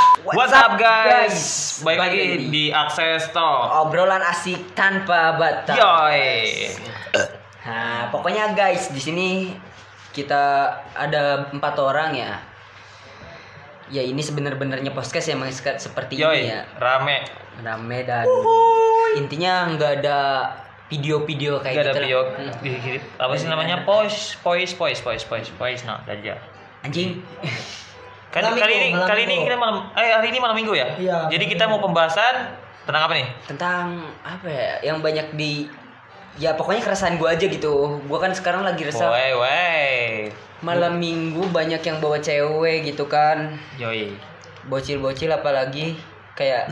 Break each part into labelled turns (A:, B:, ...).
A: up guys?
B: Guys,
A: Baik
B: balik
A: lagi
B: lagi. Oh,
A: di Access Talk.
B: Obrolan asik tanpa batas.
A: Iya. Yoi.
B: Nah, pokoknya guys, di sini kita ada empat orang ya. Ya ini sebenar-benarnya podcast yang mengikat seperti
A: Yoi,
B: ini ya.
A: rame.
B: Rame dan intinya nggak ada video-video kayak
A: Gak ada
B: gitu. lah.
A: bio.
B: Hmm.
A: di- di- Apa sih namanya? Pois, pois, pois, pois, pois, pois. Nah, tadi ya.
B: Anjing. eh,
A: Kali,
B: Malam
A: kali
B: minggu,
A: ini,
B: malam
A: kali ini
B: minggu.
A: kita malam, eh hari ini malam minggu ya.
C: Iya,
A: Jadi kita mau pembahasan tentang apa nih?
B: Tentang apa ya? Yang banyak di ya pokoknya keresahan gua aja gitu. Gua kan sekarang lagi resah.
A: Woi, woi.
B: Malam minggu banyak yang bawa cewek gitu kan.
A: Yoi.
B: bocil-bocil apalagi kayak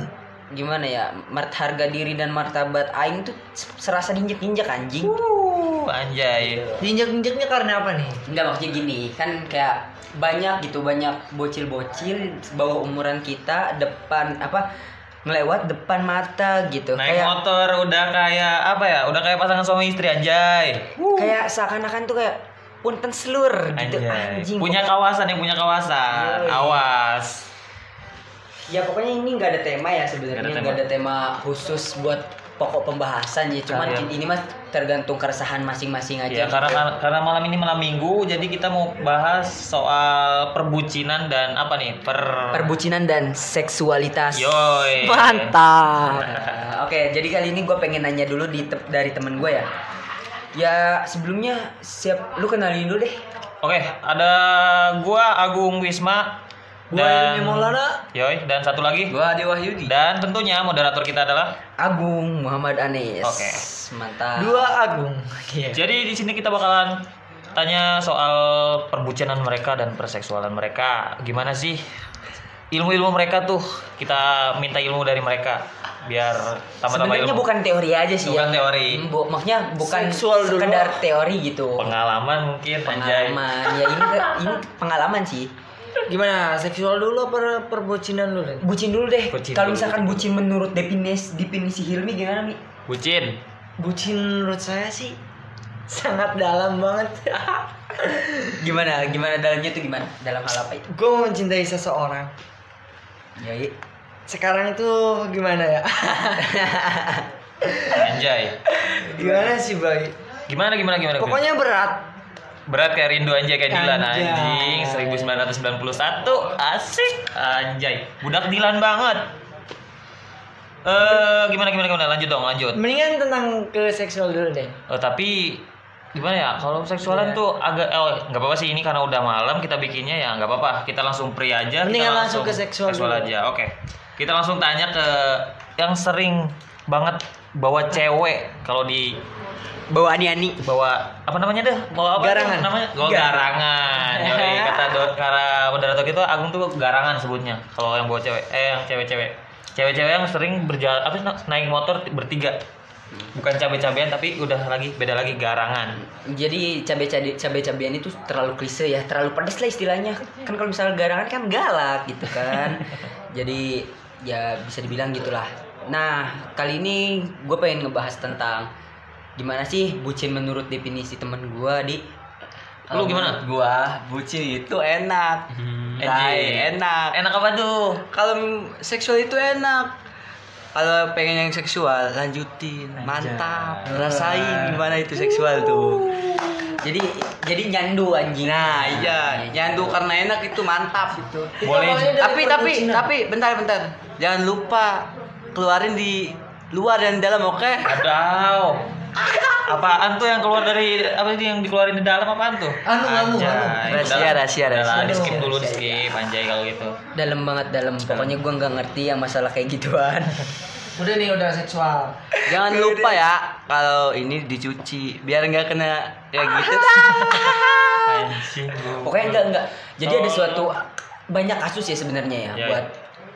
B: gimana ya mart harga diri dan martabat aing tuh serasa diinjek-injek anjing
A: Uh, anjay.
B: Iya.
C: Diinjak-injaknya karena apa nih?
B: enggak maksudnya gini kan kayak banyak gitu banyak bocil-bocil bawah umuran kita depan apa ngelewat depan mata gitu
A: Naik
B: kayak
A: motor udah kayak apa ya? Udah kayak pasangan suami istri anjay.
B: kayak seakan-akan tuh kayak punten selur gitu
A: Anjay.
B: anjing Pokoknya-
A: Punya kawasan yang punya kawasan.
B: Yoi.
A: Awas.
B: ya pokoknya ini nggak ada tema ya sebenarnya
A: Nggak ada
B: nggak ada tema khusus buat pokok pembahasan ya cuman
A: Iya.
B: ini mah tergantung keresahan masing-masing aja
A: Ya karena karena malam ini malam minggu, jadi kita mau bahas soal perbucinan dan apa nih per
B: perbucinan dan seksualitas.
A: Yoi.
B: Mantap. Oke, jadi kali ini gue pengen nanya dulu di te- dari temen gue ya. Ya sebelumnya siap lu kenalin dulu deh.
A: Oke, ada gua Agung Wisma
C: Gua Ilmi Maulana.
A: Yoi, dan satu lagi.
C: Gua Ade Wahyudi.
A: Dan tentunya moderator kita adalah.
B: Agung Muhammad Anis.
A: Oke.
B: Mantap.
C: Dua Agung. Iya.
A: Jadi di sini kita bakalan tanya soal perbucinan mereka dan perseksualan mereka. Gimana sih ilmu-ilmu mereka tuh? Kita minta ilmu dari mereka biar tambah-tambah
B: Sebenarnya
A: ilmu.
B: bukan teori aja sih
A: Bukan
B: ya.
A: teori.
B: Hmm, bu- maksudnya bukan
C: Seksual dulu.
B: sekedar teori gitu.
A: Pengalaman mungkin anjay.
B: Pengalaman. Ya ini ke- ini pengalaman sih.
C: Gimana? Seksual dulu apa per- perbocinan dulu? Ren?
B: Bucin dulu deh.
A: Bucin
B: Kalau
A: dulu.
B: misalkan bucin menurut definisi definisi Hilmi gimana nih?
A: Bucin.
C: Bucin menurut saya sih sangat dalam banget.
B: Gimana? Gimana dalamnya tuh gimana? Dalam hal apa itu?
C: gue mencintai seseorang.
B: Ya, i-
C: Sekarang itu gimana ya?
A: Anjay.
C: gimana sih, Bay?
A: Gimana gimana gimana? Gun?
C: Pokoknya berat.
A: berat kayak rindu anjay kayak Dilan
C: Anjay.
A: anjing 1991 asik anjay budak Dilan banget eh gimana gimana gimana lanjut dong lanjut
C: Mendingan tentang ke seksual dulu deh.
A: Eh, tapi gimana ya kalau seksualan
C: Iya.
A: tuh agak eh, nggak apa-apa sih ini karena udah malam kita bikinnya ya nggak apa-apa kita langsung pria aja kita
C: Mendingan langsung ke seksual dulu.
A: aja oke kita langsung tanya ke yang sering banget bawa cewek kalau di
B: bawa ani-ani
A: bawa apa namanya deh bawa apa
C: Garangan.
A: tuh namanya bawa garangan Yoi, kata do, kata moderator gitu Agung tuh garangan sebutnya kalau yang bawa cewek eh yang cewek-cewek cewek-cewek yang sering berjalan apa sih, na- naik motor bertiga bukan cabe-cabean tapi udah lagi beda lagi garangan
B: jadi cabai cabai cabai cabean itu terlalu klise ya terlalu pedes lah istilahnya kan kalau misalnya garangan kan galak gitu kan jadi ya bisa dibilang gitulah nah kali ini gue pengen ngebahas tentang gimana sih bucin menurut definisi temen gue di
A: Lu gimana? Hmm.
B: Gua bucin itu enak,
A: Anjing. enak apa tuh
B: Kalau seksual itu enak. Kalau pengen yang seksual lanjutin,
A: Mantap.
B: rasain gimana itu seksual tuh. Uh. Jadi jadi nyandu anjing. Nah, iya, nyandu karena enak itu mantap gitu.
A: boleh
C: Tapi tapi tapi
B: bentar bentar. Jangan lupa keluarin di luar dan dalam, oke?
A: Aduh. Apaan tuh yang keluar dari apa sih yang dikeluarin di dalam apaan tuh?
C: Anu, anu,
A: Anjay. Udah
C: anu.
B: Rahasia,
A: lah,
B: rahasia,
A: udah lah,
B: rahasia.
A: Di skip dulu, di skip anjay kalau gitu.
B: Dalam banget dalam. Pokoknya gua nggak ngerti yang masalah kayak gituan.
C: udah nih udah seksual.
B: Jangan lupa ya kalau ini dicuci biar nggak kena kayak gitu.
A: Anjing gua.
B: Pokoknya enggak enggak. Jadi ada suatu banyak kasus ya sebenarnya ya
A: Oh. Ya,
B: buat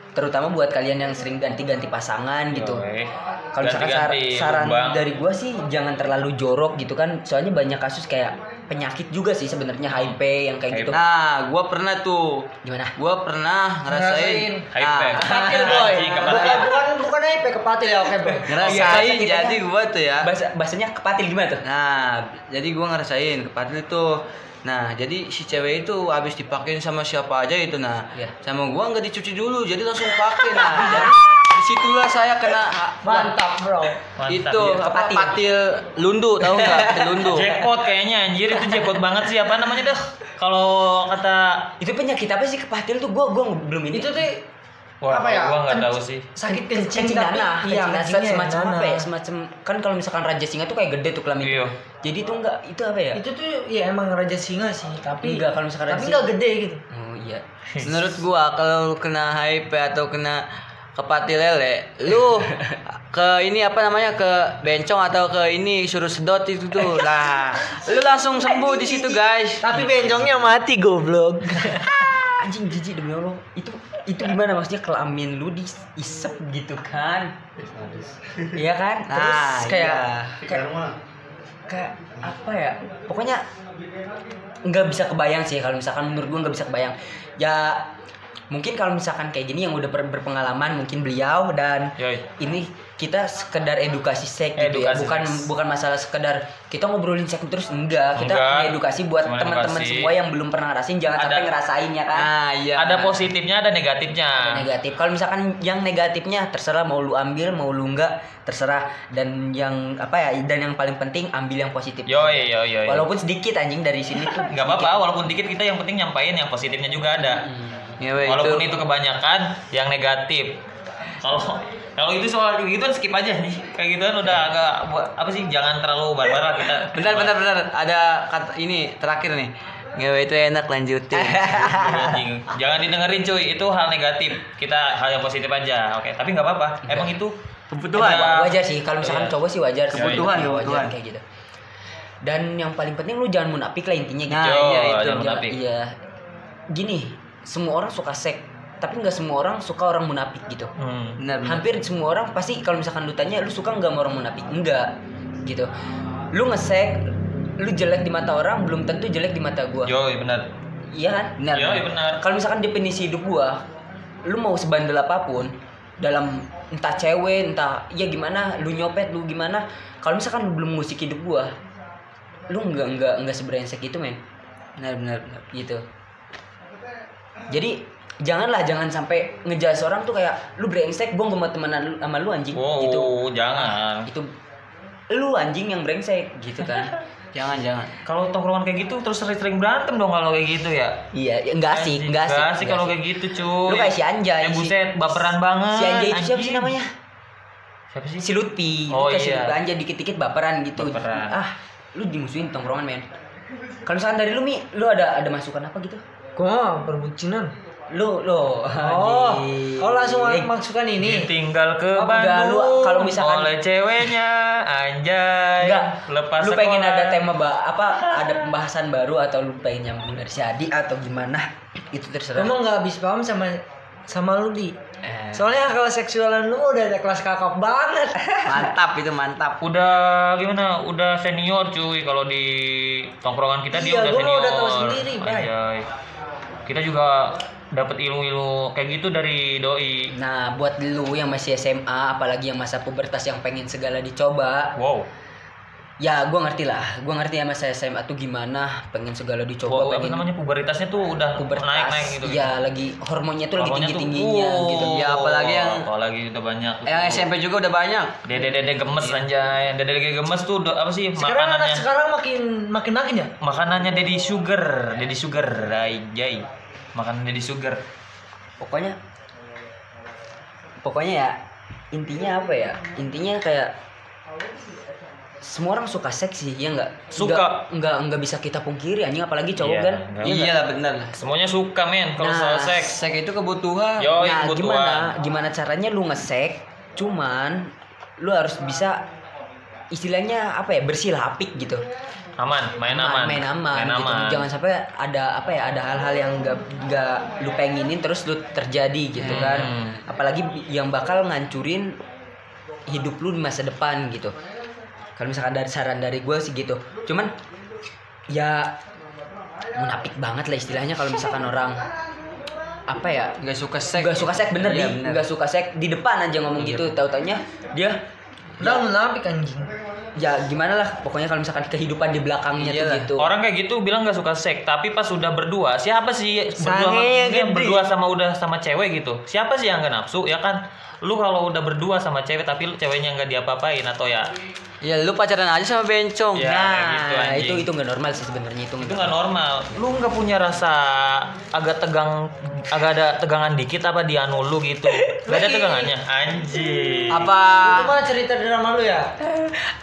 B: terutama buat kalian yang sering ganti-ganti pasangan gitu.
A: Yoi.
B: Kalau misalkan sar-
A: Ganti-ganti
B: saran
A: lubang.
B: dari gua sih jangan terlalu jorok gitu kan. Soalnya banyak kasus kayak penyakit juga sih sebenarnya HIV yang kayak gitu.
D: Nah, gua pernah tuh.
B: Gimana?
D: Gua pernah ngerasain.
A: Ngerasain. Hype. ya.
C: Kepatil
D: Ah,
C: boy.
A: Anjing, kepatil.
C: Bukan bukan bukan IP kepatil ya oke boy.
D: ngerasain
B: Iya,
D: jadi gua tuh ya.
B: Bahasa bahasanya kepatil gimana tuh?
D: Nah, jadi gua ngerasain kepatil tuh. Nah, jadi si cewek itu habis dipakein sama siapa aja itu nah.
B: Iya.
D: Sama gua nggak dicuci dulu, jadi langsung pakai nah. Jadi disitulah saya kena
C: Mantap bro.
A: Mantap,
D: itu
A: iya.
D: apa
B: Kepatil.
D: patil lundu tahu nggak Patil lundu
A: Jackpot kayaknya anjir itu jackpot banget sih apa namanya dah. Kalau kata
B: Itu penyakit apa sih kepatil tuh? Gua gua belum ini.
C: Itu tuh
A: Wah,
C: apa ya?
A: gua nggak
C: Kenc-
A: tahu sih.
C: Sakit kencing,
B: kencing nanah,
C: tapi iya,
B: kencing nanah,
C: kencingnya
B: semacam
C: nanah.
B: apa ya? Semacam kan kalau misalkan raja singa tuh kayak gede tuh kelamin.
A: Iya.
B: Jadi itu enggak itu apa ya?
C: Itu tuh ya emang raja singa sih, tapi
B: Enggak, kalau misalkan raja
C: tapi
B: singa-
C: enggak gede gitu.
B: Oh iya.
D: menurut gua kalau lu kena HIV atau kena kepati lele lu ke ini apa namanya ke bencong atau ke ini suruh sedot itu tuh lah lu langsung sembuh di situ guys
C: Tapi benjongnya mati goblok.
B: Anjing jijik demi Allah. Itu itu gimana maksudnya kelamin lu diisep gitu kan? Iya kan? Terus
D: Nah,
B: kayak
D: iya.
B: kayak kayak apa ya? Pokoknya nggak bisa kebayang sih kalau misalkan menurut gua nggak bisa kebayang. Ya mungkin kalau misalkan kayak gini yang udah ber- berpengalaman mungkin beliau dan
A: Yoi.
B: ini kita sekedar edukasi seks gitu ya
A: Edukasi
B: bukan
A: seks.
B: bukan masalah sekedar kita ngobrolin seks terus enggak kita
A: Enggak.
B: edukasi buat
A: Cuma
B: teman-teman
A: edukasi.
B: semua yang belum pernah ngerasain jangan
A: Ada-
B: sampai ngerasain ya kan
D: nah iya
A: Ada positifnya, ada negatifnya.
B: negatif kalau misalkan yang negatifnya terserah mau lu ambil mau lu enggak terserah dan yang apa ya dan yang paling penting ambil yang positif
A: Yoi, yoi, yoi.
B: walaupun sedikit anjing dari sini tuh
A: nggak apa-apa, walaupun dikit kita yang penting nyampain yang positifnya juga ada.
B: Iya.
D: Ya, weh,
A: Walaupun itu kebanyakan yang negatif. Kalau kalau itu soal kayak gituan skip aja nih. Kayak gituan udah agak buat- apa sih jangan terlalu barbar lah kita.
D: bentar bentar bentar ada kata ini terakhir nih ngewe itu enak lanjutin
A: Anjing. Jangan didengerin cuy, itu hal negatif. Kita hal yang positif aja. Oke, tapi nggak apa-apa.
B: Iya.
A: Emang itu
D: Kebutuhan.
A: ada-
B: wajar sih kalau misalkan
A: Iya.
B: cowok sih wajar sih.
A: Kebutuhan,
B: Iya,
D: kebutuhan.
B: kayak gitu dan yang paling penting lu jangan munafik lah intinya gitu
D: Nah,
A: Yo,
D: iya, itu.
A: jangan
B: Jangan-
A: munafik.
B: iya gini semua orang suka seks tapi nggak semua orang suka orang munafik gitu
A: Hmm.
D: benar benar
B: hampir semua orang pasti kalau misalkan lu tanya lu suka nggak sama orang munafik enggak gitu lu ngesek lu jelek di mata orang belum tentu jelek di mata gua
A: Yo, benar.
B: iya kan
D: benar
A: Yo, benar.
B: kalau misalkan definisi hidup gua lu mau sebandel apapun dalam entah cewek entah ya gimana lu nyopet lu gimana kalau misalkan lu belum musik hidup gua lu nggak nggak nggak seberengsek itu men
D: benar benar benar.
B: gitu jadi janganlah jangan sampai ngejas orang tuh kayak lu brengsek gua nggak mau temenan lu- sama lu anjing
A: Wow,
B: gitu
A: jangan.
B: itu lu anjing yang brengsek gitu kan
D: jangan jangan
A: Kalau tongkrongan kayak gitu terus sering-sering berantem dong kalau kayak gitu ya.
B: iya ya, nggak asik nggak asik
A: Nggak asik
B: nggak
A: kalau
B: asik.
A: kayak gitu cuy.
B: lu kayak si anjay
A: Eh
B: si-
A: buset, baperan banget.
B: si anjay itu siapa sih
A: Ah, anjing.
B: namanya
A: Siapa sih?
B: si Lutfi
A: Oh,
B: Lu kayak si
A: iya.
B: Lutfi anjay dikit-dikit baperan gitu
A: Baperan.
B: ah lu dimusuhin tongkrongan men kalau misalkan dari lu mi lu ada ada masukan apa gitu
C: Gua perbucinan.
B: lu lo
C: Oh, oh langsung
A: Eh,
B: Eh,
C: masukkan ini.
A: Ditinggal ke
B: Oh, enggak,
A: Bandung
B: lu- kalau misalkan-
A: oleh ceweknya anjay
B: Enggak,
A: eh, lepas
B: lu pengen
A: sekolah.
B: ada tema ba- apa ada pembahasan baru atau lu pengen nyambung dari si Adi atau gimana itu terserah.
C: Emang nggak habis paham sama sama lu di.
B: Eh.
C: Soalnya kalau seksualan lu udah ada kelas kakap banget.
D: mantap itu mantap
A: udah gimana udah senior cuy kalau di tongkrongan kita dia
C: Iya,
A: udah
C: gua mah
A: senior
C: udah tahu sendiri, Bray.
A: anjay kita juga dapat ilmu-ilmu kayak gitu dari doi
B: Nah, buat lu yang masih SMA apalagi yang masa pubertas yang pengen segala dicoba,
A: wow
B: ya gua ngerti lah. Gua ngerti ya masa SMA tuh gimana, pengen segala dicoba,
A: wow apa
B: pengen
A: namanya puberitasnya tuh udah naik
B: pubertas.
A: naik gitu
B: Iya, lagi hormonnya tuh lagi
A: Lawannya tuh,
B: tinggi-tingginya
A: wow,
B: gitu.
D: Ya, apalagi yang-
A: apalagi udah banyak
D: yang SMP juga udah banyak
A: dede dede gemes anjay dede dede gemes tuh udah- apa sih
C: Sekarang anak
A: makanannya
C: sekarang makin makin makin ya.
A: makanannya Dedi Sugar, Dedi Sugar, Anjay. Makanan Dedi Sugar.
B: pokoknya pokoknya ya intinya apa ya intinya kayak semua orang suka seksi ya nggak
A: Suka.
B: nggak nggak nggak bisa kita pungkiri anjing apalagi cowok
A: Iya,
B: kan
A: nggak
B: Iya
D: iya
B: nggak?
D: lah benar lah
A: Semuanya suka men kalau
B: Nah,
A: soal seks.
D: seks itu kebutuhan
A: Yo,
B: nah
A: kebutuhan.
B: gimana gimana caranya lu ngesek cuman lu harus bisa istilahnya apa ya bersih lapik gitu
A: Aman, main aman.
B: main aman,
A: Main
B: gitu.
A: aman.
B: jangan sampai ada apa ya ada hal-hal yang nggak nggak lu pengenin terus lu terjadi gitu kan
A: Hmm.
B: apalagi bi- yang bakal ngancurin hidup lu di masa depan gitu kalau misalkan dari saran dari gue sih gitu cuman ya munafik banget lah istilahnya kalau misalkan orang apa ya
D: nggak suka seks
B: nggak suka seks bener
D: Iya,
B: di
D: bener.
B: nggak suka seks di depan aja ngomong
A: Iya.
B: gitu tahu taunya dia
C: Udah munafik anjing.
B: ya gimana lah pokoknya kalau misalkan kehidupan di belakangnya tuh
D: Iyalah.
B: gitu
A: Orang kayak gitu bilang nggak suka seks, tapi pas sudah berdua, siapa sih berdua,
C: Sange ya,
A: ini
C: gede.
A: berdua sama udah sama cewek gitu? Siapa sih yang nggak nafsu? Ya kan, lu kalau udah berdua sama cewek tapi lu ceweknya nggak diapa-apain atau ya
D: ya
B: Iya,
D: lu pacaran aja sama bencong
A: Ya, kayak gitu,
B: nah
A: anjing.
B: itu itu nggak normal sih sebenarnya itu
A: itu nggak normal. Lu nggak punya rasa agak tegang, agak ada tegangan dikit apa di anu lu gitu? Gak ada tegangannya, anjing.
D: apa
C: Itu mah cerita drama lu ya?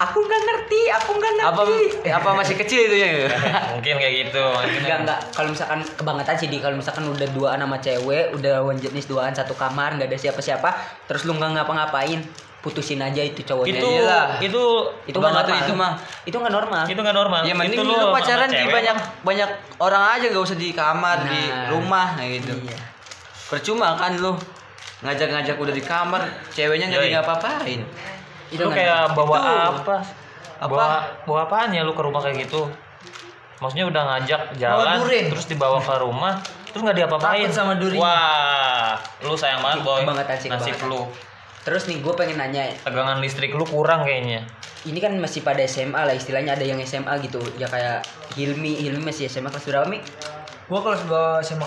B: aku nggak ngerti aku nggak
D: apa
B: eh,
D: apa masih kecil itu ya
A: Mungkin kayak gitu. Mungkin
B: Enggak enggak kalau misalkan kebangetan sih di kalau misalkan udah duaan sama cewek, udah lawan jenis duaan satu kamar, nggak ada siapa-siapa, terus lu nggak ngapa-ngapain, putusin aja itu cowoknya.
A: itu
D: iyalah.
A: itu
B: itu nggak
D: banget
B: normal.
D: itu mah.
B: Itu nggak normal.
A: itu nggak normal.
D: ya
A: Iya, Itu
D: mending
A: lu
D: lu,
A: sama
D: pacaran di
A: cewek.
D: banyak banyak orang aja gak usah di kamar di
B: Nah.
D: rumah kayak gitu
B: Iya.
D: percuma kan lu ngajak-ngajak udah di kamar ceweknya nggak
A: Yoi.
D: diapa apain
B: Itu
A: lu
B: nggak
A: kayak
B: normal.
A: bawa
D: Itu.
A: apa?
D: Apa?
A: Bawa bawa apaan ya lu ke rumah kayak gitu? Maksudnya udah ngajak jalan
C: durin.
A: terus dibawa ke rumah terus nggak diapa-apain.
C: Takut sama durin.
A: Wah, lu sayang banget boy.
B: Kebangetan sih,
A: Nasib
B: kebangetan.
A: lu.
B: Terus nih gue pengen nanya,
A: Tegangan listrik lu kurang kayaknya.
B: ini kan masih pada SMA lah istilahnya ada yang SMA gitu, ya kayak Hilmi, Hilmi masih SMA kelas berapa Mi?
C: Gua kalau sebawa SMA.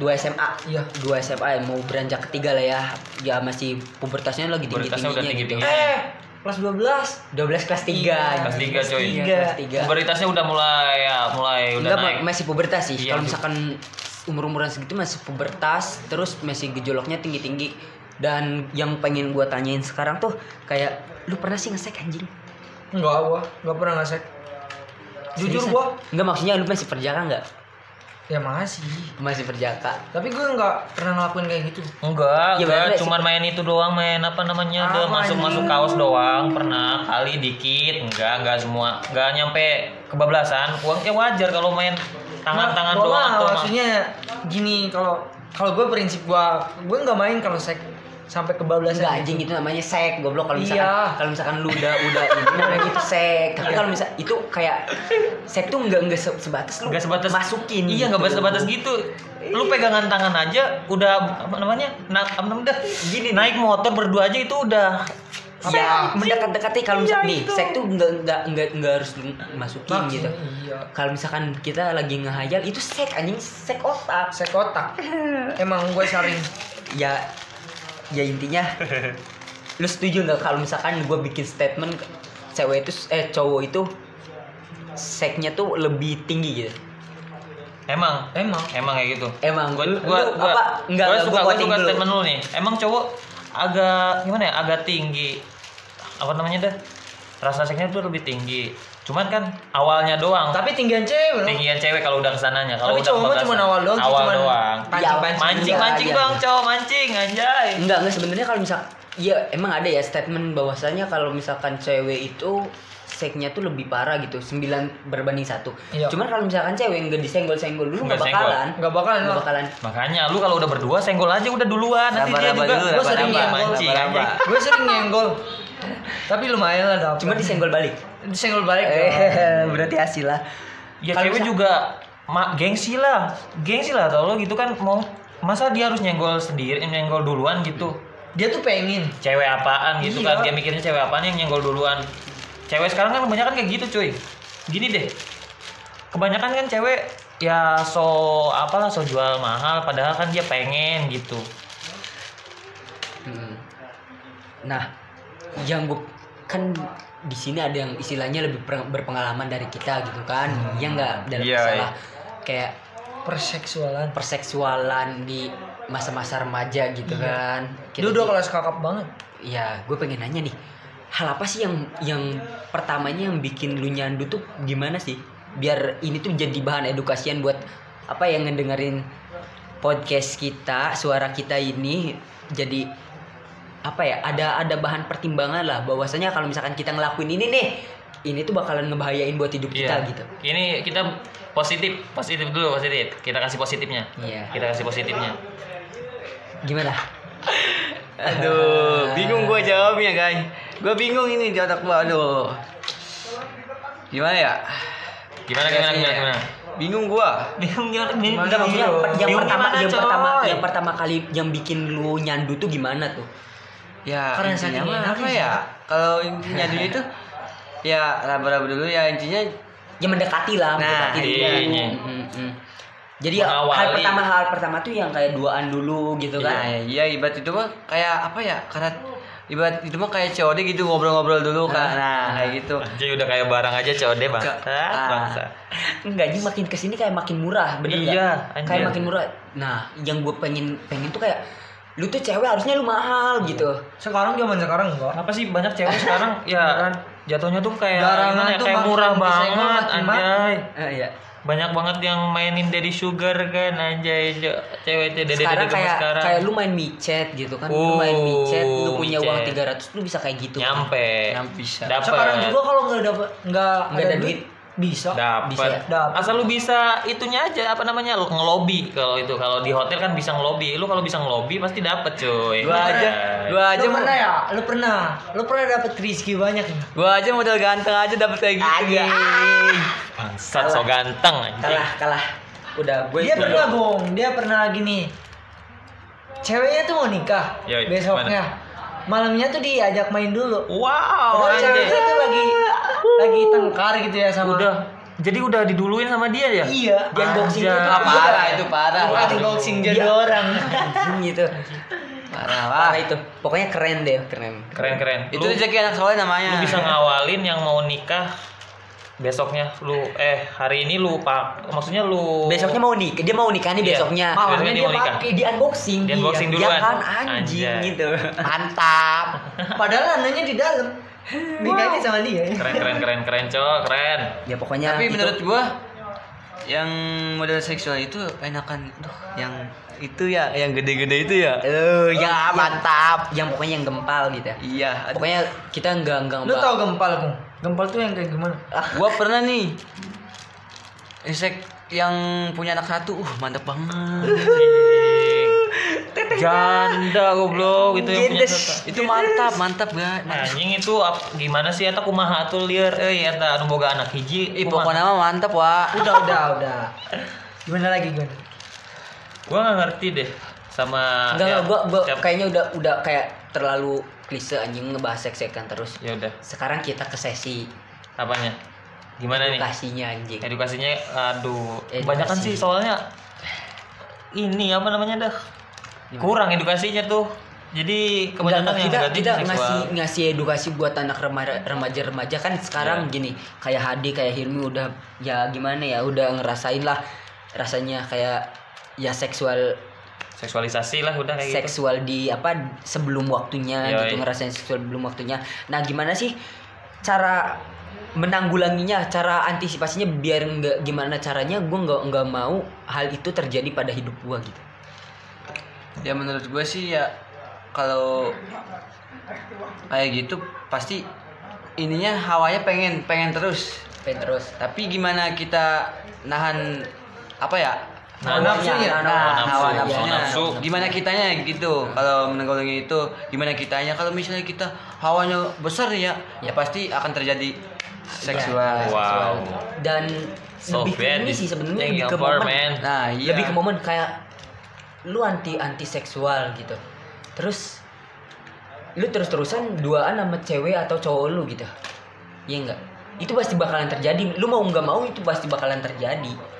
B: Dua SMA,
C: Iya.
B: dua SMA ya, mau beranjak ketiga lah ya, ya masih pubertasnya lagi tinggi
A: Pubertasnya udah
B: tingginya gitu.
A: tinggi-tingginya.
C: Eh, kelas 12.
B: 12 kelas 3
A: Kelas tiga coy.
C: Tiga.
B: kelas tiga.
A: Pubertasnya udah mulai ya, mulai udah
B: Enggak,
A: naik.
B: masih pubertas sih.
A: Iya,
B: Kalau
A: Bu.
B: misalkan umur-umuran segitu masih pubertas, terus masih gejolaknya tinggi-tinggi. Dan yang pengen gua tanyain sekarang tuh kayak lu pernah sih ngesek anjing?
C: Enggak gua, enggak pernah ngasek. Jujur
B: Seriusan?
C: gua,
B: Enggak maksudnya lu masih perjaka enggak?
C: ya masih.
B: Masih perjaka.
C: Tapi gua enggak pernah ngelakuin kayak gitu.
A: Enggak,
B: Ya,
A: enggak,
B: bener
A: cuman main itu doang, main apa namanya,
C: Apa
A: udah masuk-masuk
C: anjing?
A: kaos doang, pernah kali dikit, enggak, enggak semua, enggak nyampe kebablasan. Uangnya wajar kalau main tangan-tangan
C: Nah, gua
A: doang
C: mah
A: atau mah.
C: maksudnya gini kalau kalau gue prinsip gua gue nggak main kalau sek sampai kebablasan ya.
B: Enggak anjing itu namanya sek goblok kalau misalkan
C: Iya.
B: kalau misalkan lu udah udah ini namanya itu sek. Tapi kalau misal itu kayak sek tuh enggak enggak se- sebatas lu
A: Enggak sebatas
B: masukin.
A: Iya, enggak sebatas gitu. Lu pegangan tangan aja udah apa namanya? Na, apa namanya? Gini naik motor berdua aja itu udah Iya,
B: Ya, mendekat-dekati kalau misalkan
C: Iya,
B: nih,
C: itu.
B: sek tuh enggak enggak enggak enggak harus masukin
C: Maksudnya,
B: gitu.
C: iya.
B: Kalau misalkan kita lagi ngehayal itu sek anjing, sek otak.
C: sek otak emang gue sering
B: Ya ya intinya lu setuju nggak kalau misalkan gua bikin statement cewek itu eh cowok itu seknya tuh lebih tinggi gitu.
A: emang
C: emang
A: emang kayak gitu.
B: Emang
A: gua
B: lu-
A: gua
B: lu
A: gua,
B: apa? Enggak,
A: gua
B: enggak,
A: suka
B: gua
A: gua
B: quoting
A: suka
B: dulu.
A: statement lu nih emang cowok agak gimana ya agak tinggi apa namanya dah rasa seksnya tuh lebih tinggi cuman kan awalnya doang
C: tapi tinggian cewek loh
A: tinggian cewek kalau udah kesananya kalau udah
C: tapi cowok mah
A: kebablasan.
C: cuma awal doang sih,
A: awal
C: cuman
A: doang
C: pancing
B: Iya,
C: pancing
A: mancing mancing
B: Iya,
A: bang
B: iya.
A: cowok mancing anjay
B: Enggak, enggak sebenarnya kalau misal ya emang ada ya statement bahwasanya kalau misalkan cewek itu seknya tuh lebih parah gitu, 9 berbanding satu.
C: Iya.
B: Cuman kalau misalkan cewek enggak disenggol-senggol dulu enggak
A: Nggak senggol.
B: bakalan.
C: nggak bakalan
B: Nggak
C: lah
B: bakalan.
A: makanya lu kalau udah berdua senggol aja udah duluan nanti dia
D: Raba-raba
B: ya,
A: juga
D: dulu,
A: Gua sering
D: raba-raba,
A: mancing
D: raba-raba.
A: anjing.
C: gue sering nyenggol tapi lumayan lah dapet
B: Cuma disenggol balik.
C: disenggol balik ya.
B: Eh, berarti hasil lah.
A: Iya. ya
B: Kalau
A: cewek
B: misal-
A: juga mak gengsi lah gengsi lah tau lo gitu kan mau masa dia harus nyenggol sendiri eh, nyenggol duluan gitu
C: dia tuh pengen
A: cewek apaan gitu
C: Iya.
A: kan dia mikirnya cewek apaan yang nyenggol duluan cewek sekarang kan kebanyakan kayak gitu cuy gini deh kebanyakan kan cewek ya so apalah so jual mahal padahal kan dia pengen gitu
B: Hmm. Nah, yang gue kan di sini ada yang istilahnya lebih per- berpengalaman dari kita gitu kan. Ya enggak dalam
A: Iya,
B: masalah kayak
C: perseksualan
B: perseksualan di masa-masa remaja gitu
A: Iya.
B: kan.
C: dia udah kelas kakap banget
B: Ya, gue pengen nanya nih. Hal apa sih yang yang pertamanya yang bikin lu nyandu tuh gimana sih? Biar ini tuh jadi bahan edukasian buat apa yang ngedengerin podcast kita, suara kita ini jadi apa ya? Ada ada bahan pertimbangan lah bahwasanya kalau misalkan kita ngelakuin ini nih, ini tuh bakalan ngebahayain buat hidup kita
A: Iya.
B: gitu.
A: ini kita positif positif dulu positif kita kasih positifnya
B: Iya.
A: kita kasih positifnya
B: Gimana?
D: aduh bingung gue jawabnya guys gue bingung ini di otak gue aduh gimana ya
A: Gimana gimana
D: Biasanya.
A: gimana gimana?
D: Bingung gua.
A: Bingung gimana? Bingung
B: Enggak maksudnya
A: gimana?
B: per- yang
A: Bingung
B: pertama
A: gimana,
B: yang pertama
A: coy?
B: yang pertama kali yang bikin lu nyandu tuh gimana tuh?
D: Ya
C: Karena
D: intinya
C: saking
D: mah
C: enaknya
D: apa
C: sih.
D: ya? Kalau intinya dulu itu ya raba-raba dulu ya intinya
B: Ya mendekati lah,
D: Nah,
B: mendekati dulu.
A: iya, iya.
B: Mm, mm. Jadi ya, hal
A: Mengawali.
B: pertama hal pertama tuh yang kayak duaan dulu gitu
D: Iya,
B: kan.
D: iya, iya ibarat itu mah kayak apa ya? Karena ibarat itu mah kayak COD gitu ngobrol-ngobrol dulu kan. Nah, kayak gitu.
A: Anjay udah kayak barang aja COD bang.
D: Ke-
A: Ah,
D: ah.
A: Bangsa.
B: Enggak, jadi makin kesini kayak makin murah, bener nggak?
A: Iya,
B: Kayak
A: anjir.
B: makin murah. Nah, yang gue pengen pengen tuh kayak lu tuh cewek harusnya lu mahal gitu.
C: Sekarang zaman sekarang enggak.
A: Kenapa sih banyak cewek sekarang ya jatuhnya tuh kayak
D: Garangan
A: gimana ya,
D: tuh
A: kayak
D: makin
A: murah
D: disenggol,
A: banget
D: makin
A: anjay.
B: Eh, iya.
A: Banyak banget yang mainin Daddy Sugar kan anjay Jo. cewek itu Daddy Daddy
B: sekarang
A: gemes
B: kayak
A: sekarang.
B: kayak lu main micet gitu kan. lu main
A: Oh,
B: micet, lu punya uang
A: micet.
B: 300, lu bisa kayak gitu.
A: nyampe.
D: Yang bisa.
A: Dapat.
C: Sekarang juga kalau nggak dapat nggak
B: Nggak ada duit.
C: bisa.
B: Bisa ya?
A: dapat
C: Dapat.
A: asal lu bisa itunya aja apa namanya lo- ngelobi kalau itu kalau di hotel kan bisa ngelobi lu kalau bisa ngelobi pasti dapat cuy
D: Gua aja, gua aja
C: Lu
D: mau
C: pernah ya? Lu pernah? Lu pernah dapat rezeki banyak ya?
D: gua aja modal ganteng aja dapat kayak gitu.
B: Agak.
D: geng.
A: bangsat so ganteng anjing
B: Kalah, kalah. Udah gue
C: dia pernah gong, dia pernah gini. Ceweknya tuh mau nikah
A: Yoi,
C: besoknya. Malamnya tuh diajak main dulu.
A: wow
C: Iya, Oh,
A: anjay.
C: ceweknya tuh lagi lagi tengkar gitu ya sama.
A: udah jadi udah diduluin sama dia ya
C: Iya,
A: Anjay.
C: unboxing
B: kan
C: itu
D: Ah, parah itu parah.
C: Wah,
D: Parah,
C: unboxing jadi orang.
B: anjing gitu.
D: parah.
B: Parah
D: wah.
B: itu. Pokoknya keren deh, keren.
A: keren keren
D: Itu
A: Lu-
D: rezeki anak soleh namanya.
A: lu bisa ngawalin yang mau nikah besoknya lu eh hari ini lu pak maksudnya lu
B: Besoknya mau nikah, dia Oh. mau nikah nih
A: Iya.
B: besoknya.
A: Malamnya
B: Malamnya
A: dia
B: dia
A: mau nikah.
B: pakai di unboxing.
A: Di unboxing
B: dia.
A: duluan.
B: Ya kan anjing
A: Anjay.
B: gitu.
D: mantap.
C: Padahal anaknya di dalam. Nikahnya sama dia.
A: keren keren keren keren cok keren
B: Ya pokoknya
D: Tapi
B: itu-
D: menurut gua yang model seksual itu enakan Duh, yang itu ya yang gede-gede itu ya.
B: Eh, yang
D: Ya,
B: yang-
D: mantap.
B: Yang pokoknya yang gempal gitu ya.
D: Iya, aduh.
B: Pokoknya kita enggak enggak
C: Lu tau gempal Gung? Gempal tuh yang kayak gimana?
D: gua pernah nih Isek yang punya anak satu, uh mantep banget.
A: janda goblok
D: gitu
A: itu yang punya
B: Gendes.
A: soto.
D: itu mantap, mantap gak?
A: anjing itu ap- gimana sih eta kumaha atuh liar euy eta anu boga anak hiji
D: Ih
A: kumaha.
D: pokoknya mah mantap wa.
C: Udah, udah, udah. Gimana lagi gue?
A: gua nggak ngerti deh sama
B: Enggak,
A: ya,
B: enggak, gua, gua
A: tiap-
B: kayaknya udah udah kayak terlalu klise anjing ngebahas seks-seksan terus.
A: ya udah
B: Sekarang kita ke sesi
A: apanya gimana nih
B: edukasinya anjing.
A: edukasinya aduh
B: Edukasi.
A: kebanyakan sih soalnya ini apa namanya dah kurang edukasinya tuh jadi
B: Enggak,
A: kebanyakan
B: enggak,
A: yang
B: kita
A: negatif
B: kita
A: seksual.
B: ngasih ngasih edukasi buat anak remaja remaja remaja kan
A: Iya.
B: sekarang gini kayak Hadi kayak Hilmi udah ya gimana ya udah ngerasain lah rasanya kayak ya seksual
A: seksualisasi lah udah kayak gitu Iya,
B: seksual di apa sebelum waktunya
A: Yoi.
B: gitu ngerasain seksual belum waktunya. Nah, gimana sih cara menanggulanginya, cara antisipasinya biar nggak gimana caranya gue nggak nggak mau hal itu terjadi pada hidup gue gitu.
D: Ya menurut gue sih ya kalau kayak gitu pasti ininya hawanya pengen pengen terus.
B: Pengen terus.
D: Tapi gimana kita nahan apa ya?
A: Nah,
C: nafsunya.
B: Nah,
D: Nah,
A: nafsu,
D: hawa
A: hawa
D: nafsunya.
A: nafsu.
D: Gimana kitanya gitu. Kalau menanggulangi itu gimana kitanya? Kalau misalnya kita hawanya besar nih ya, ya pasti akan terjadi seksual.
A: wow
B: Dan
A: so
B: eh, lebih ke
A: bad
B: ini
A: this
B: sih sebenarnya
A: thing
B: lebih ke
A: over,
B: momen.
A: man.
D: Nah, iya.
B: Lebih ke momen kayak lu anti anti seksual gitu. Terus lu terus-terusan duaan sama cewek atau cowok lu gitu. Iya enggak? Itu pasti bakalan terjadi. Lu mau nggak mau itu pasti bakalan terjadi.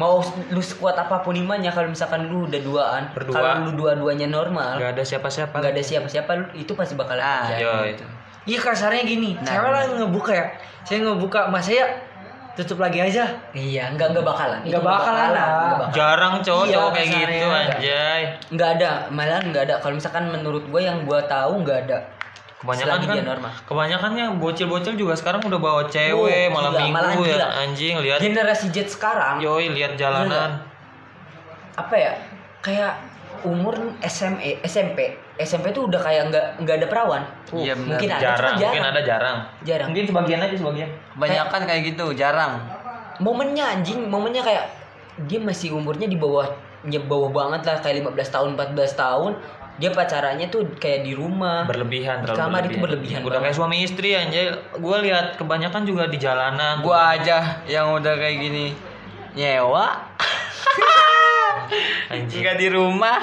B: Mau lu sekuat apapun imannya kalau misalkan lu udah duaan,
A: Berdua.
B: kalau lu dua-duanya normal,
A: nggak ada siapa-siapa
B: nggak ada siapa-siapa lu- itu pasti bakalan
D: Ah,
B: terjadi.
A: Yoi.
B: gitu.
C: Iya kasarnya gini, cewek lah ngebuka ya. Saya ngebuka, mas saya tutup lagi aja.
B: Iya, enggak enggak bakalan. Itu
C: Nggak bakalan, lah.
B: nggak bakalan.
A: jarang cowok
C: Iya,
A: cowok kayak
C: kasarnya.
A: gitu
B: ya,
A: anjay
B: nggak ada malah nggak ada kalau misalkan menurut gue yang gue tahu nggak ada
A: kebanyakan
B: Selagi
A: kan
B: dia normal.
A: kebanyakannya bocil-bocil juga sekarang udah bawa cewek
B: Oh,
A: malam
B: gila,
A: minggu
B: malahan
A: ya
B: gila.
A: anjing lihat
B: generasi Z sekarang
A: yoi lihat
B: Iya.
A: jalanan
B: apa ya kayak umur E, SMA SMP SMP tuh udah kayak nggak nggak ada perawan
D: Iya, benar.
B: mungkin ada
A: jarang
B: cuma
A: mungkin ada jarang
B: jarang
A: mungkin sebagian aja sebagian
D: Kebanyakan kayak gitu, jarang.
B: momennya anjing momennya kayak dia masih umurnya di bawah ya bawah banget lah kayak 15 tahun 14 tahun dia pacarannya tuh kayak di rumah
A: berlebihan
B: di kamar itu berlebihan
A: udah kayak
B: banget.
A: suami istri anjay gue lihat kebanyakan juga di jalanan
D: Gua aja yang udah kayak gini nyewa
A: anjing
D: jika di rumah.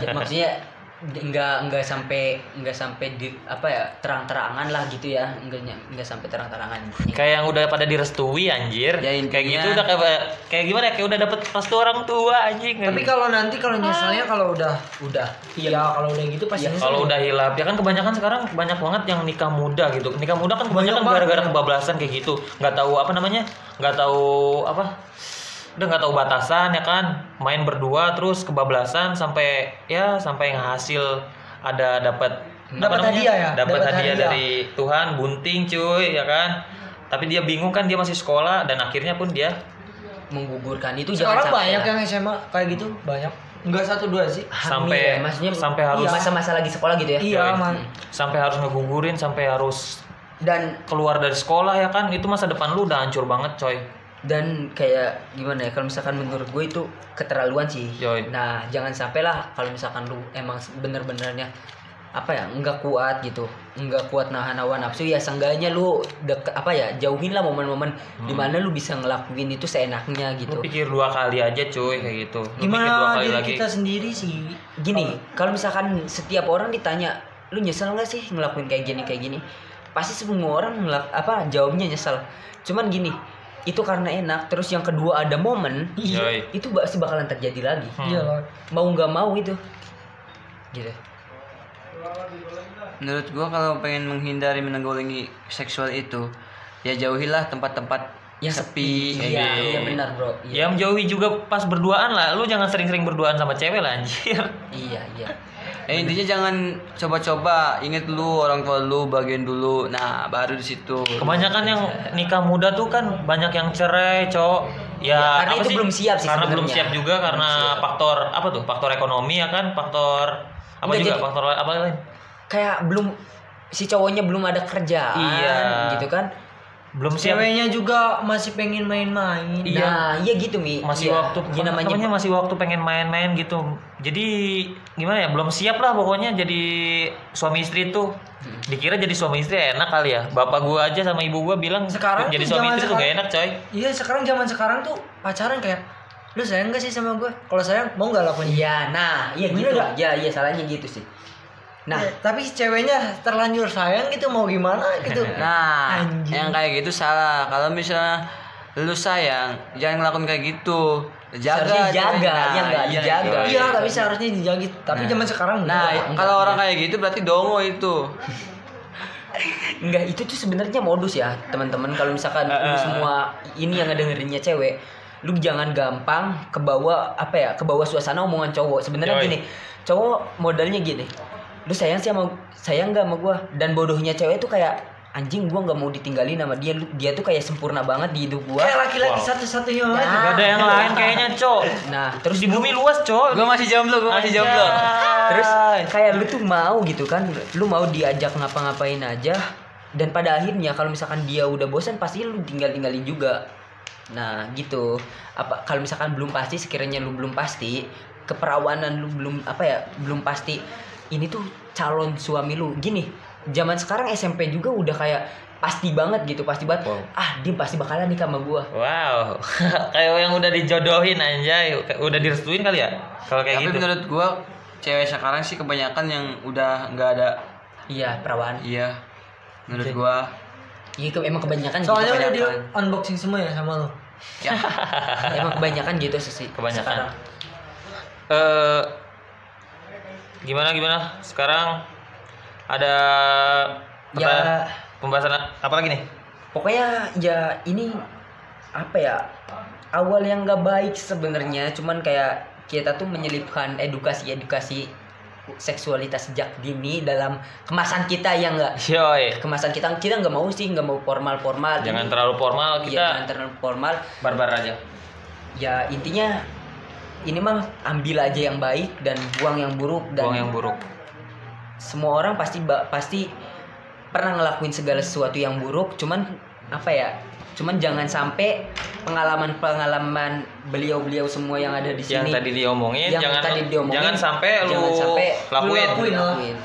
B: Ya, maksudnya di- nggak nggak sampai nggak sampai di apa ya terang-terangan lah gitu ya nggak ny- nggak sampai terang-terangan
A: kayak yang udah pada direstui anjir
D: Ya, intinya-
A: kayak gitu udah kayak kayak gimana ya? kayak udah dapet restu orang tua anjing
C: Tapi kalau nanti kalau nyeselnya kalau udah udah. Iya, kalau udah gitu pasti nyesel.
A: kalau udah hilap ya kan kebanyakan sekarang banyak banget yang nikah muda gitu nikah muda kan kebanyakan gara-gara kebablasan kayak gitu nggak tahu apa namanya nggak tahu apa udah nggak tahu batasan ya kan main berdua terus kebablasan sampai ya sampai hasil ada dapat apa
C: Dapat
A: namanya?
C: hadiah ya?
A: dapat
C: Dapat
A: hadiah
C: hadiah.
A: dari Tuhan bunting cuy ya kan tapi dia bingung kan dia masih sekolah dan akhirnya pun dia
B: menggugurkan itu jangan
C: Sekarang
B: sampai
C: banyak
B: lah.
C: yang SMA kayak gitu, banyak. Enggak satu dua sih.
B: Hamil
A: sampai
B: ya, maksudnya
A: sampai harus
B: iya, masa-masa lagi sekolah gitu ya
C: Iya,
A: Cewek.
C: man.
A: sampai harus ngegugurin sampai harus
B: dan
A: keluar dari sekolah ya kan itu masa depan lu udah hancur banget coy
B: dan kayak gimana ya kalau misalkan menurut gue itu keterlaluan sih
A: Yoi.
B: nah jangan sampai lah kalau misalkan lu emang bener-benernya apa ya nggak kuat gitu nggak kuat nahan hawa nafsu ya seenggaknya lu dek apa ya jauhin lah momen-momen
A: Hmm.
B: dimana lu bisa ngelakuin itu seenaknya
A: lu
B: gitu
A: pikir dua kali aja cuy kayak gitu lu pikir dua
C: Gimana
A: kali
C: Ah, diri
A: lagi
C: kita sendiri sih?
B: gini kalau misalkan setiap orang ditanya lu nyesel nggak sih ngelakuin kayak gini kayak gini pasti semua orang ngelak apa jawabnya nyesel cuman gini itu karena enak terus yang kedua ada momen
A: Yoi.
B: itu ba- pasti bakalan terjadi lagi
A: Hmm.
C: Iya lah.
B: mau nggak mau itu gitu
D: Menurut gua kalau pengen menghindari menanggulangi seksual itu ya jauhilah tempat-tempat
B: Yang
D: sepi, kayak
B: iya
D: gitu.
B: iya benar bro
A: ya
B: iya
A: menjauhi juga pas berduaan lah lu jangan sering-sering berduaan sama cewek lah anjir
B: iya iya
D: Ya, intinya jangan coba-coba, inget dulu orang tua lu, bagian dulu. Nah, baru di situ.
A: kebanyakan yang nikah muda tuh kan banyak yang cerai cowok ya,
B: Ya, karena
A: apa
B: itu belum siap sih
A: karena belum
B: sebenarnya.
A: siap juga karena faktor apa tuh faktor ekonomi ya kan faktor apa
B: Nggak,
A: juga
B: jadi-
A: faktor apa lain
B: kayak belum si cowoknya belum ada kerjaan
A: Iya.
B: gitu kan
A: belum siap
C: Ceweknya juga masih pengen main-main.
B: nah iya gitu mi
A: masih
B: Iya.
A: waktu
B: Iya, namanya
A: namanya masih waktu pengen main-main gitu jadi gimana ya belum siap lah pokoknya jadi suami istri tuh dikira jadi suami istri enak kali ya bapak gua aja sama ibu gua bilang
C: Sekarang
A: jadi
C: tuh
A: suami
C: zaman
A: istri tuh gak
C: sekarang-
A: enak coy
C: Iya sekarang zaman sekarang tuh pacaran kayak lu sayang gak sih sama gue? Kalau sayang mau nggak lakuin?
B: iya nah iya gitu
C: Bener nggak?
B: iya iya salahnya gitu sih nah
C: Eh, tapi si ceweknya terlanjur sayang gitu mau gimana gitu.
D: Nah,
C: Anjing.
D: yang kayak gitu salah. Kalau misalnya lu sayang, jangan ngelakuin kayak gitu.
B: Seharusnya
D: Jaga,
B: jaga,
D: Nah,
B: ya nggak?
D: iya,
B: Dijaga.
D: iya.
C: iya, tapi seharusnya dijaga. Tapi zaman sekarang
D: Nah,
C: enggak.
D: kalau orang kayak gitu berarti dongo itu.
B: Enggak, itu tuh sebenarnya modus ya, teman-teman. Kalau misalkan lu semua ini yang ngedengerinnya cewek, lu jangan gampang kebawa apa ya, kebawa suasana omongan cowok. Sebenarnya
A: Yoi.
B: gini, cowok modalnya gini. Lu sayang sih sama sayang gak sama gua? Dan bodohnya cewek tuh kayak anjing gua nggak mau ditinggalin sama dia. Lu- Dia tuh kayak sempurna banget di hidup gua.
C: kayak laki-laki
A: Wow.
C: satu-satunya
B: Nah.
C: aja. kan.
A: gak ada yang lain kayaknya cok
B: Nah,
A: terus di bumi luas cok
D: Gua masih jomblo, gua masih jomblo.
B: terus Ah, kayak lu tuh mau gitu kan lu mau diajak ngapa-ngapain aja dan pada akhirnya kalau misalkan dia udah bosan pasti lu tinggal tinggalin juga nah gitu apa kalau misalkan belum pasti sekiranya lu belum pasti keperawanan lu belum apa ya belum pasti ini tuh calon suami lu gini zaman sekarang SMP juga udah kayak pasti banget gitu pasti banget
A: Wow.
B: ah dia pasti bakalan nikah sama gua
A: wow kayak yang udah dijodohin anjay Kayak udah direstuin kali ya kalau kayak gitu
D: Tapi menurut gua cewek sekarang sih kebanyakan yang udah nggak ada
B: iya perawan
D: iya menurut gua
B: iya ke- emang kebanyakan gitu,
C: Soalnya udah di
B: kebanyakan.
C: unboxing semua ya sama lo.
D: ya
B: emang kebanyakan gitu sih
A: Kebanyakan.
B: sekarang.
A: eh gimana gimana sekarang ada pertanyaan-
B: Ya.
A: pembahasan a- apa lagi nih
B: pokoknya ya ini apa ya awal yang nggak baik sebenarnya cuman kayak kita tuh menyelipkan edukasi edukasi seksualitas sejak dini dalam kemasan kita yang nggak
A: Yoi.
B: kemasan kita kita nggak mau sih nggak mau formal formal
A: jangan terlalu formal
B: Iya, jangan
A: kita
B: terlalu formal
A: barbar aja
B: ya intinya ini mah ambil aja yang baik dan buang yang buruk dan
A: buang yang buruk
B: semua orang pasti ba- pasti pernah ngelakuin segala sesuatu yang buruk cuman apa ya cuman jangan sampai pengalaman-pengalaman beliau-beliau semua yang ada di
A: yang
B: sini
A: tadi diomongin
B: yang
A: jangan
B: tadi diomongin,
A: jangan sampai lu
B: jangan sampai
A: lakuin.
C: lakuin. lah.
B: Lakuin.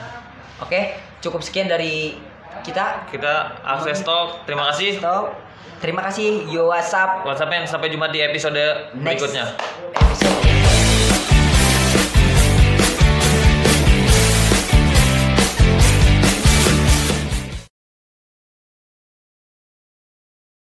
B: oke cukup sekian dari kita
A: kita akses talk terima kasih
B: Stop. terima kasih yo whatsapp
A: WhatsAppnya sampai jumpa di episode
B: next
A: berikutnya
B: episode